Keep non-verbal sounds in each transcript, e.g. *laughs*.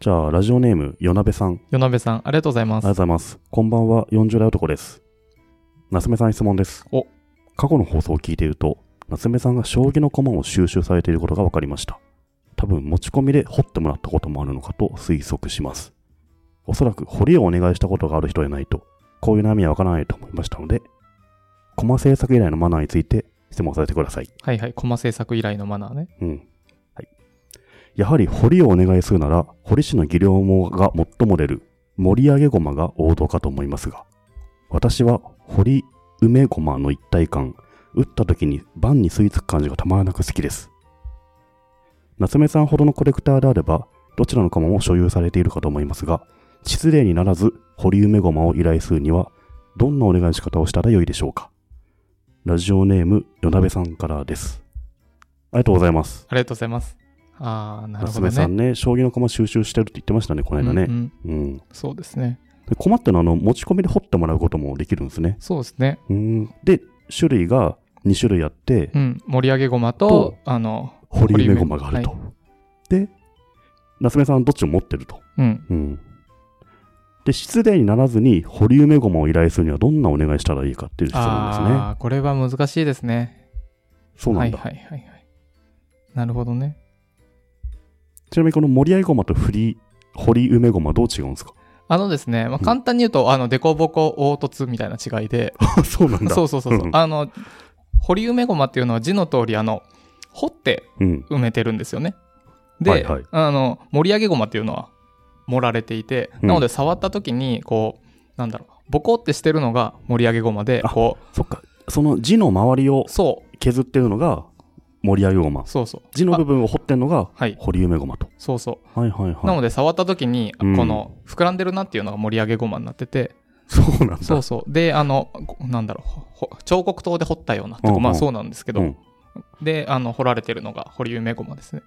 じゃあ、ラジオネーム、よなべさん。よなべさん、ありがとうございまありがすとうご。ざいます。こんばんは、40代男です。夏目さんに質問です。お過去の放送を聞いていると、夏目さんが将棋の駒を収集されていることが分かりました。多分持ち込みで掘ってもらったこともあるのかと推測します。おそらく掘りをお願いしたことがある人でないと、こういう悩みは分からないと思いましたので、駒制作以来のマナーについて質問させてください。はいはい、コマ制作以来のマナーね。うん。はい。やはり堀をお願いするなら、堀市の技量もが最も出る、盛り上げ駒が王道かと思いますが、私は堀梅駒の一体感、打った時に盤に吸い付く感じがたまらなく好きです。夏目さんほどのコレクターであれば、どちらの駒も所有されているかと思いますが、失礼にならず、堀梅駒を依頼するには、どんなお願いの仕方をしたらよいでしょうか。ラジオネーム、よなべさんからです。ありがとうございます。ありがとうございます。あー、なるほどね。娘さんね、将棋の駒収集してるって言ってましたね、この間うんねう。んうんそうですね。で駒ってのはあの持ち込みで掘ってもらうこともできるんですね。そうですね。うんで、種類が2種類あって、うん、盛り上げ駒と、とあの、掘り埋め駒があると。で、夏目さんはどっちも持ってると。うん、うんで、失礼にならずに掘り埋め駒を依頼するにはどんなお願いしたらいいかっていう質問ですね。あー、これは難しいですね。そうなはんいだ。はいはいはい。なるほどね。ちなみにこの盛り上げ駒と振り、掘り埋め駒はどう違うんですかあのですね、まあ、簡単に言うと、あの、凸凹凹凸みたいな違いで、あそうなんだ。 *laughs* そうそうそうそうう、んあの、堀埋め駒っていうのは字の通り、あの、掘ってうん。埋めてるんですよね。で、はいはいあの盛り上げ駒っていうのは盛られていて、うんなので触った時にこうなんだろうボコってしてるのが盛り上げ駒であこそっか。その字の周りをうそう削ってるのが盛り上げ駒。そうそう字の部分を掘ってんのがあはい堀夢駒と。そうそう、はいはいはい。なので触った時にこうんの膨らんでるなっていうのが盛り上げ駒になってて、そうなんだ。そうそうであのこなんだろうほほ彫刻刀で彫ったようなとか、うんうんまあそうなんですけど、うんであの彫られてるのが堀夢駒ですね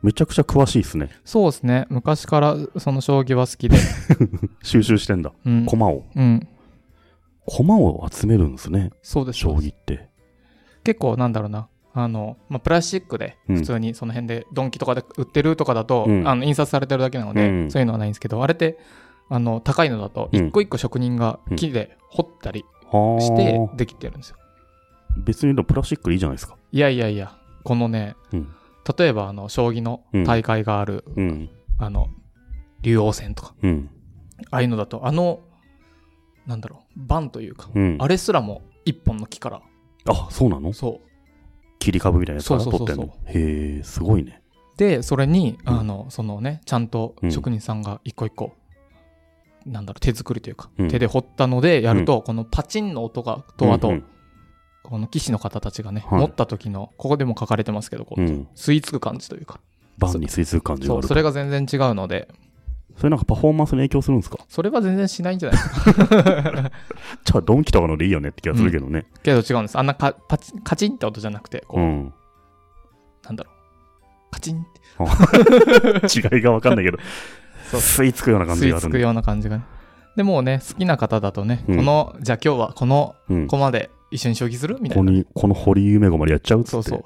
めちゃくちゃ詳しいですね。そうですね昔からその将棋は好きで、収集してんだ。うん、駒を。うん、駒を集めるんですね、そうです将棋って。結構なんだろうなあの、まあ、プラスチックでうん普通にその辺でドンキとかで売ってるとかだと、うんあの印刷されてるだけなので、うんそういうのはないんですけどあれってあの高いのだとうん一個一個職人が木で掘ったりはあ。してできてるんですよ、別にでもプラスチックでいいじゃないですか。いやいやいやこのねうん。例えばあの将棋の大会がある、うん。あの竜王戦とかうん。ああいうのだとあのなんだろう盤というか、うん。あれすらも一本の木からあ、そうなのそう切り株みたいなやつからそう取そっうそうてんそうの。へえ、すごいね。でそれに、うんあのそのねちゃんと職人さんが一個一個、なんだろう手作りというか、うん手で彫ったのでやると、このパチンの音がとあと、うんこの騎士の方たちがね、はい持った時のここでも書かれてますけどこうう、ん。うん吸い付く感じというか盤に吸い付く感じがそあうると。それが全然違うのでそれなんかパフォーマンスに影響するんですかそれは全然しないんじゃ *laughs* ないですかじゃあドンキとかのでいいよねって気がするけどね。けど違うんですあんなかパチンカチンって音じゃなくてこうう、ん。なんだろうカチンっ *laughs* て違いがわかん *laughs* ないけど、そう吸い付くような感じ吸がいある付んくだ。ような感じがねでもうね好きな方だとね、うんこのじゃあ今日はこのうんコマで一緒に将棋するみたいここなに、この堀夢駒でやっちゃうっつって。そうそう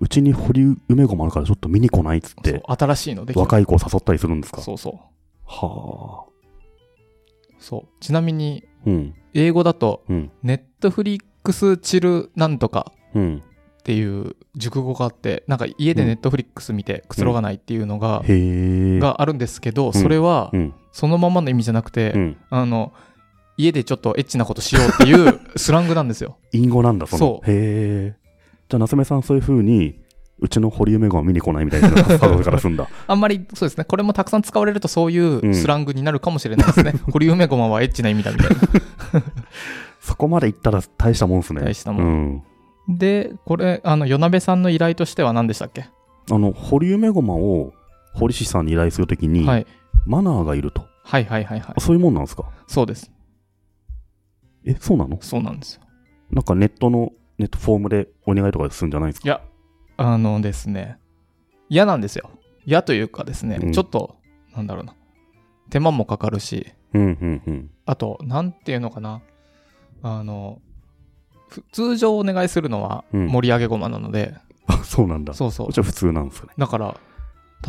うちに堀梅子もあるからちょっと見に来ないっつっそうて、新しいのできた若い子を誘ったりするんですかそうそうはそうちなみにあ。うん。英語だとうん。ネットフリックスチルなんとかうん。っていう熟語があってなんか家でネットフリックス見てくつろがないっていうのが、へえ。があるんですけどそれはうん。そのままの意味じゃなくて、うん。あの家でちょっとエッチなことしようっていう *laughs* スラングなんですよ隠語なんだ、その。そうへえ。じゃあ、夏目さんそういう風に、うちの堀梅子は見に来ないみたいな発想からす *laughs* んだ。あんまりそうですねこれもたくさん使われるとそういうんうスラングになるかもしれない *laughs* ですね、堀梅駒はエッチな意味だみたいなそこまで行ったら大したもんっすね。大したうもん。でこれあの与那部さんの依頼としては何でしたっけ、あの、堀梅駒を堀師さんに依頼するときに、はい、マナーがいると。はいはいはいはいあそういうもんなんですかそうですえ、そうなのそうなんですよ。なんかネットの、ネットフォームでお願いとかするんじゃないんですかいや、あのですね、嫌なんですよ。嫌というかですね、うんちょっと、なんだろうな、手間もかかるし、うん、うん、うん。あと、なんていうのかな、あの、ふ通常お願いするのはうん盛り上げ駒なので、 *laughs* あ、そうなんだ。そうそうじ。ゃあ普通なんですかね。だから、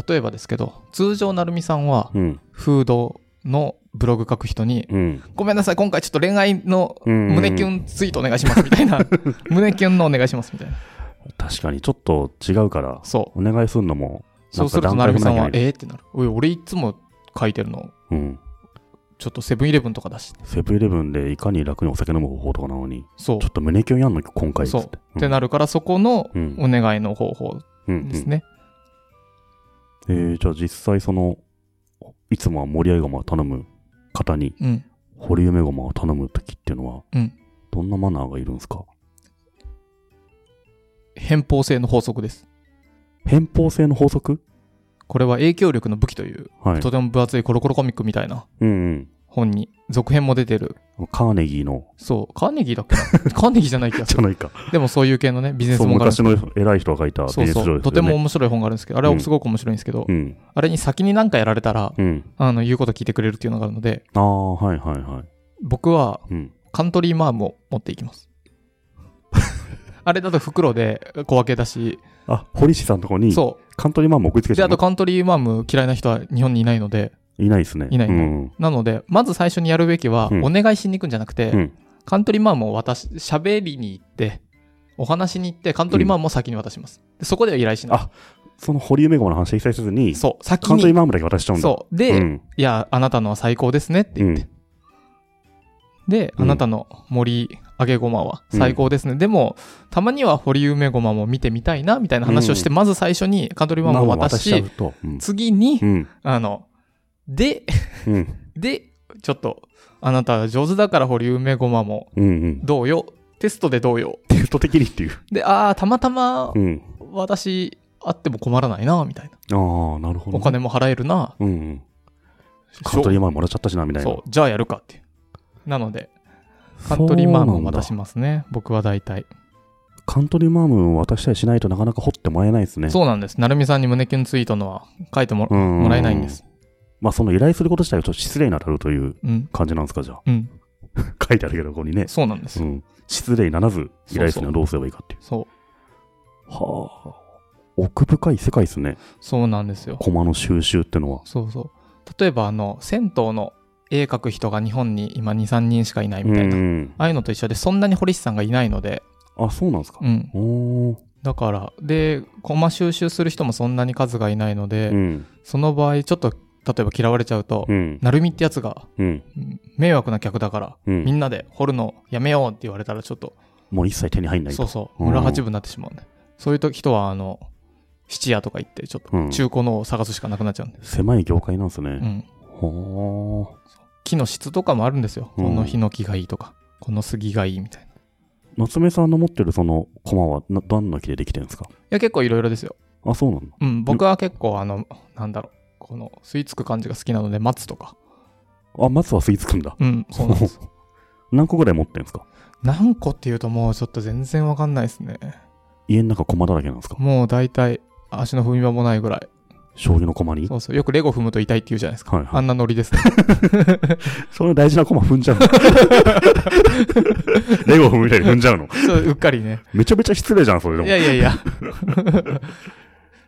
例えばですけど、通常なるみさんは、うん。フードのブログ書く人に、うん。ごめんなさい、今回ちょっと恋愛のうん胸キュンツイートお願いしますみ *laughs* たいな。胸キュンのお願いしますみたいな。確かにちょっと違うから、そう。お願いするのも、そうすると、ななんるかみさん段階踏まな、はきゃいけないえーってなる。おい俺いつも書いてるの、うん。ちょっとセブンイレブンとかだし。セブンイレブンでいかに楽にお酒飲む方法とかなのに、そうちょ。っと胸キュンやんの今回っつって。そう。ってなるから、そこのうんお願いの方法うんうんですね。えーじゃあ実際その、いつもは盛り上げごまを頼む方に、うん。堀梅ごまを頼むときっていうのは、うんどんなマナーがいるんですか偏方性の法則です。偏方性の法則これは影響力の武器という、はい。とても分厚いコロコロコミックみたいなうん本に、続編も出てる。うん。カーネギーの、そう。カーネギーだっけ *laughs* なカーネギーじゃない気がすじるゃ。 *laughs* ないか。でもそういう系のね、ビジネスそう、本があるんです昔の偉い人が書いたビジそうネスそ書う。ですとよね。ても面白い本があるんですけど、あれうはんすごく面白いんですけど、うん。あれに先に何かやられたら、うん。あの、言うこと聞いてくれるっていうのがあるので、ああ、はいはいはい。僕はうん。カントリーマームを持っていき *laughs* ます。あれだと袋で小分けだし、あ、堀市さんのとこに、そカントリーマンも送りつう。けちで、ゃあうとのカントリーマーム嫌いな人は日本にいないので、いないですね。いないうんなので、まず最初にやるべきは、うんお願いしに行くんじゃなくて、うんカントリーマームを渡し、喋りに行って、お話しに行って、カントリーマームを先に渡します。でそこでは依頼しない。あその堀梅ごまの話は一切せずに、そう、先カントリーに。マンムだけ渡しちゃうんだ。そう。で、うんいや、あなたのは最高ですねって言って。で、うんあなたの盛り上げごまは最高ですね。でも、たまには堀梅ごまも見てみたいな、みたいな話をして、まず最初にカントリーマンまあもまあ渡渡しし、ちゃうと。うん次に、うん。あの、で、うん。で、ちょっと、あなた上手だから堀梅ごまもうんうん。どうよ。テストでどうよ。テスト的にっていう。で、ああ、たまたまうん。私、あっても困らないな、みたいな。ああ、なるほど。お。金も払えるな。うんうん。カントリーマンもらっちゃったしな、みたいな。そう、じゃあやるかっていう。なので、カカントリーマームを渡しますね、僕は大体。カントリーマームを渡したりしないとなかなか掘ってもらえないですね。そうなんです。成美さんに胸キュンツイートのは書いても,、うんうんうんもらえないんです。まあその依頼すること自体がちょっと失礼に当たるといううん。感じなんですか、じゃあ。うん。書いてあるけど、ここにね。そうなんです。うん。失礼にならず依頼するにはどうすればいいかっていう。そはあ。奥深い世界ですねう。。そうなんですよ。駒の収集ってのは。そうそう。例えば、あの、銭湯の絵描く人が日本に今2、3人しかいないみたいな。うん。ああいうのと一緒で、そんなに堀市さんがいないので、あ、そうなんですか。うん。おー。だから、で、コマ収集する人もそんなに数がいないので、うん。その場合、ちょっと、例えば嫌われちゃうと、うん。成美ってやつが、うん。うん迷惑な客だから、うんみんなで掘るのやめようって言われたらちょっと、もう一切手に入んないと。そうそうう、ん村八分になってしまうんで。そういう時人は、あの、質屋とか行って、ちょっうんと中古のを探すしかなくなっちゃうんで。狭い業界なんですうね。ん。ほー。木の質とかもあるんですよ。うんこのヒノキがいいとか、この杉がいいみたいな。い夏目さんの持ってるその駒はな何の木でできてるんですかや、結構いろいろですよ。あ、そうなんだ。うん、僕は結構、あの、なんだろう、この、吸い付く感じが好きなので、松とか。あ、松は吸い付くんだ。うん、そうなんです。何個ぐらい持ってるんですか何個っていうともうちょっと全然わかんないですね。家の中駒だらけなんですかもう大体、足の踏み場もないぐらい。将棋の駒にそうそう。よくレゴ踏むと痛いって言うじゃないですか。はいあはい。んなノリですね。その大事な駒踏んじ *laughs* ゃうの。レゴ踏むみたいに踏んじゃうの。 *laughs* そううっかりね。めちゃめちゃ失礼じゃん、そ *laughs* れでいも。やいやいや。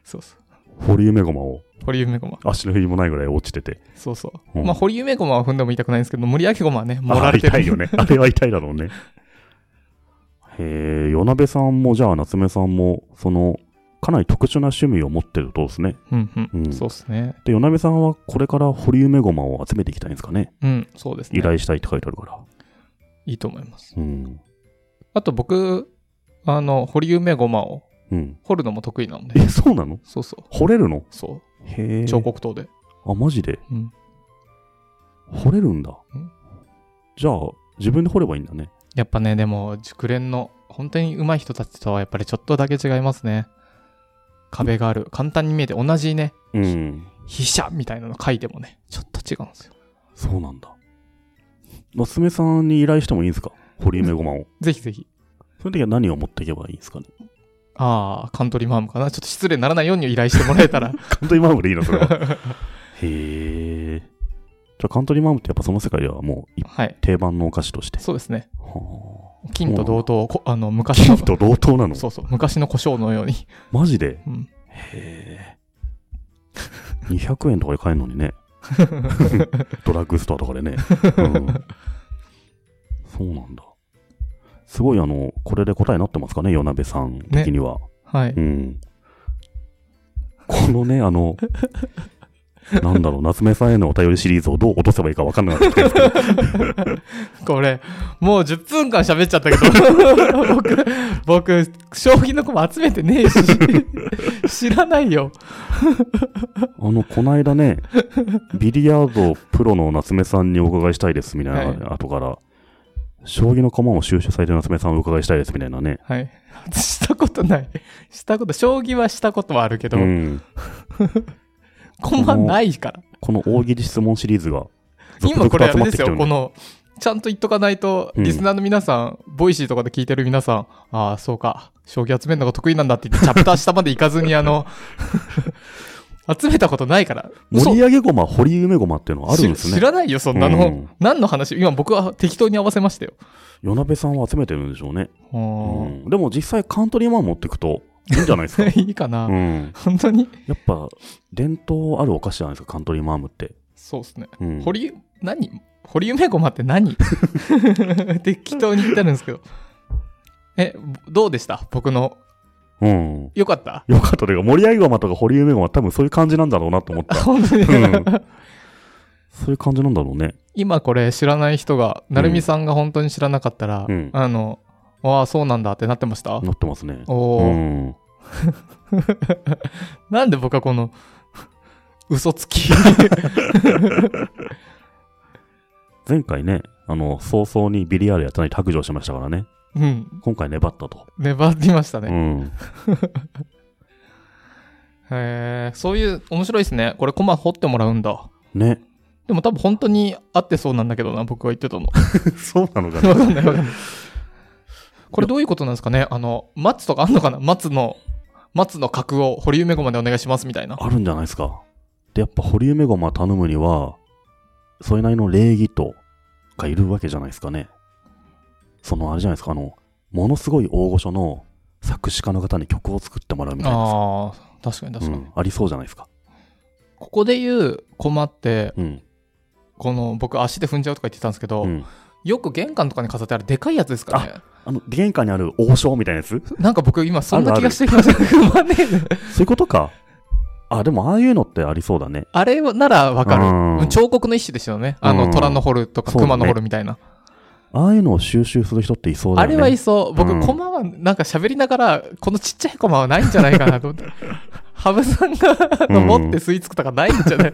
そうそう。堀夢駒を堀夢駒。足の振りもないぐらい落ちてて。そうそうう。んまあ、堀夢駒は踏んでも痛くないんですけど、森明駒はね、盛あられて痛る。いよね。あれは痛いだろうね。へえ、与那部さんも、じゃあ夏目さんも、その、かなり特殊な趣味を持ってるとですね。うんううんん。そうですね。で、与那部さんはこれから堀夢駒を集めていきたいんですかね。うん、そうですね。依頼したいって書いてあるから。いいと思います。うん。あと僕、あの、堀夢駒をうん。掘るのも得意なので。え、そうなのそうそう。掘れるのそへえう。。彫刻刀で。あ、マジでうん。掘れるんだ。じゃあ、自分で掘ればいいんだね。やっぱね、でも、熟練の、本当に上手い人たちとはやっぱりちょっとだけ違いますね。壁がある。簡単に見えて、同じね、うん。飛車みたいなの書いてもね、ちょっと違うんですよ。そうなんだ。夏目さんに依頼してもいいんですか堀梅ごま *laughs* を。ぜひぜひ。その時は何を持っていけばいいんですかねああ、カントリーマームかな。ちょっと失礼にならないように依頼してもらえ *laughs* たら。カントリーマームでいいのそれは。 *laughs* へえ。じゃあカントリーマームってやっぱその世界ではもういはい。定番のお菓子として。そうですね。はあ金と同等、こあの、昔の金、と同等なのそうそう、昔の胡椒のように。マジでうん。へえ。 200円とかで買えるのにね。ドラッグストアとかでね。うん、そうなんだ。すごい、あの、これで答えになってますかね、夜なべさん的には。はい。うん。このね、あの、なんだろう、夏目さんへのお便りシリーズをどう落とせばいいか分かんなかったですけど、これ、もう10分間喋っちゃったけど、 *laughs* 僕、僕、将棋の子も集めてねえし、 *laughs* 知らないよ。あの、こないだ *laughs* ね、ビリヤードプロの夏目さんにお伺いしたいですみたいな後から、将棋の駒を収集されてる夏目さんをお伺いしたいですみたいなね。はい。したことない。したこと、将棋はしたことはあるけど、うん。駒ないから。この大喜利質問シリーズが、続今々これとあ集れまってできてするよ、こね。の、ちゃんと言っとかないと、うんリスナーの皆さん、ボイシーとかで聞いてる皆さん、ああ、そうか、将棋集めるのが得意なんだって言って、チャプター下まで行かずに、あの、 *laughs* 集めたことないから。嘘盛り上げ駒、堀梅駒っていうのあるんです知知ね。らないよ、そんなうの。ん何の話今僕は適当に合わせましたよ。夜なべさんは集めてるんでしょうね。ううんん。でも実際カントリーマン持ってくと、いいんじゃないですか。 *laughs* いいかな、うん。本当にやっぱ、伝統あるお菓子じゃないですか、カントリーマームって。そうですね。うん、堀、何堀梅駒って何 *laughs* 適当に言ってるんですけど。え、どうでした僕の。うん。よかったよかったというか、森合駒とか堀梅駒は多分そういう感じなんだろうなと思った。 *laughs* 本当に、うんそういう感じなんだろうね。今これ知らない人が、なるみさんが本当に知らなかったら、うんあの、ああ、そうなんだってなってました、なってますね。おうお、ん。なんで僕はこの、 *laughs* 嘘つき。 *laughs* 前回ね、あの、早々にビリヤードやったのに白状しましたからね。うん。今回粘ったと。粘りましたうね。ん。へえ、そういう、面白いですね。これ、コマ掘ってもらうんだ。 *laughs* ね。でも多分本当に合ってそうなんだけどな、僕が言って *laughs* たの。そうなのかわかんないわかんない。これどういうことなんですかねあの、松とかあんのかな松の、松の格を堀梅子までお願いしますみたい *laughs* な。あるんじゃないですか。で、やっぱ堀梅駒頼むには、それなりの礼儀とがいるわけじゃないですかね。そのあれじゃないですか、あの、ものすごい大御所の作詞家の方に曲を作ってもらうみたいなああ、確かに確かに。うん、ありそうじゃないですか。ここで言う駒って、うん。この僕足で踏んじゃうとか言ってたんですけど、うん、よく玄関とかに飾ってあるでかいやつですかね。あの、玄関にある王将みたいなやつそなんか僕今そんなあるあ気るがしてきました。熊ねういうことか。あ、でもああいうのってありそうだね。 *laughs* あれならわかうんる。彫刻の一種ですよね。あうんの、虎の掘るとかそうだね熊の掘るみたいな。ああいうのを収集する人っていそうだあよね。れはいそう。うん僕、コマは、なんか喋りながら、このちっちゃいコマはないんじゃないかなと *laughs* 思って。ハブさんがあのうん持って吸い付くとかないんじゃない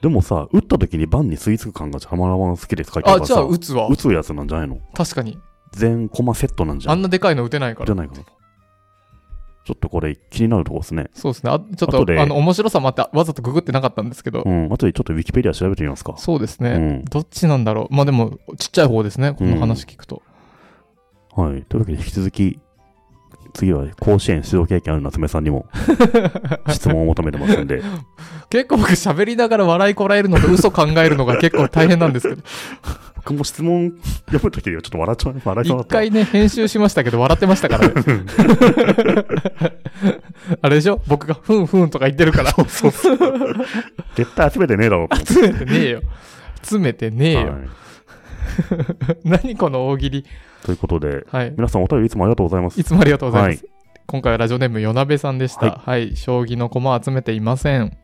でもさ、打った時に盤に吸い付く感がたまらん好きですかあ、じゃあ打打つわ。つやつなんじゃないの確かに。全コマセットなんじゃあないんなでかいの打てないかじゃら。ないかな。ちょっとこれ気になるとこですね。そうですね。あちょっ後と、であの、面白さもあって、わざとググってなかったんですけどう。ん。あとでちょっとウィキペディア調べてみますか。そうですうねん。どっちなんだろう。まあでも、ちっちゃい方ですね。この話聞くと。はい。というわけで引き続き、次は甲子園出場経験ある夏目さんに *laughs* も質問を求めてますんで、結構僕喋りながら笑いこらえるのと嘘考えるのが結構大変なんですけど。僕も質問読むときはちょっと笑っちゃう、笑いそうだっ一た。回ね、編集しましたけど、笑ってましたからね。あれでしょ僕がふんふんとか言ってるから。そうそう。絶対集めてねえだろうと思って。詰めてねえよ。詰めてねえよ。はい何この大喜利。ということで、はい。皆さんお便りいつもありがとうございます。いつもありがとうございます。今回はラジオネーム、よなべさんでした。ははい。将棋の駒集めていません。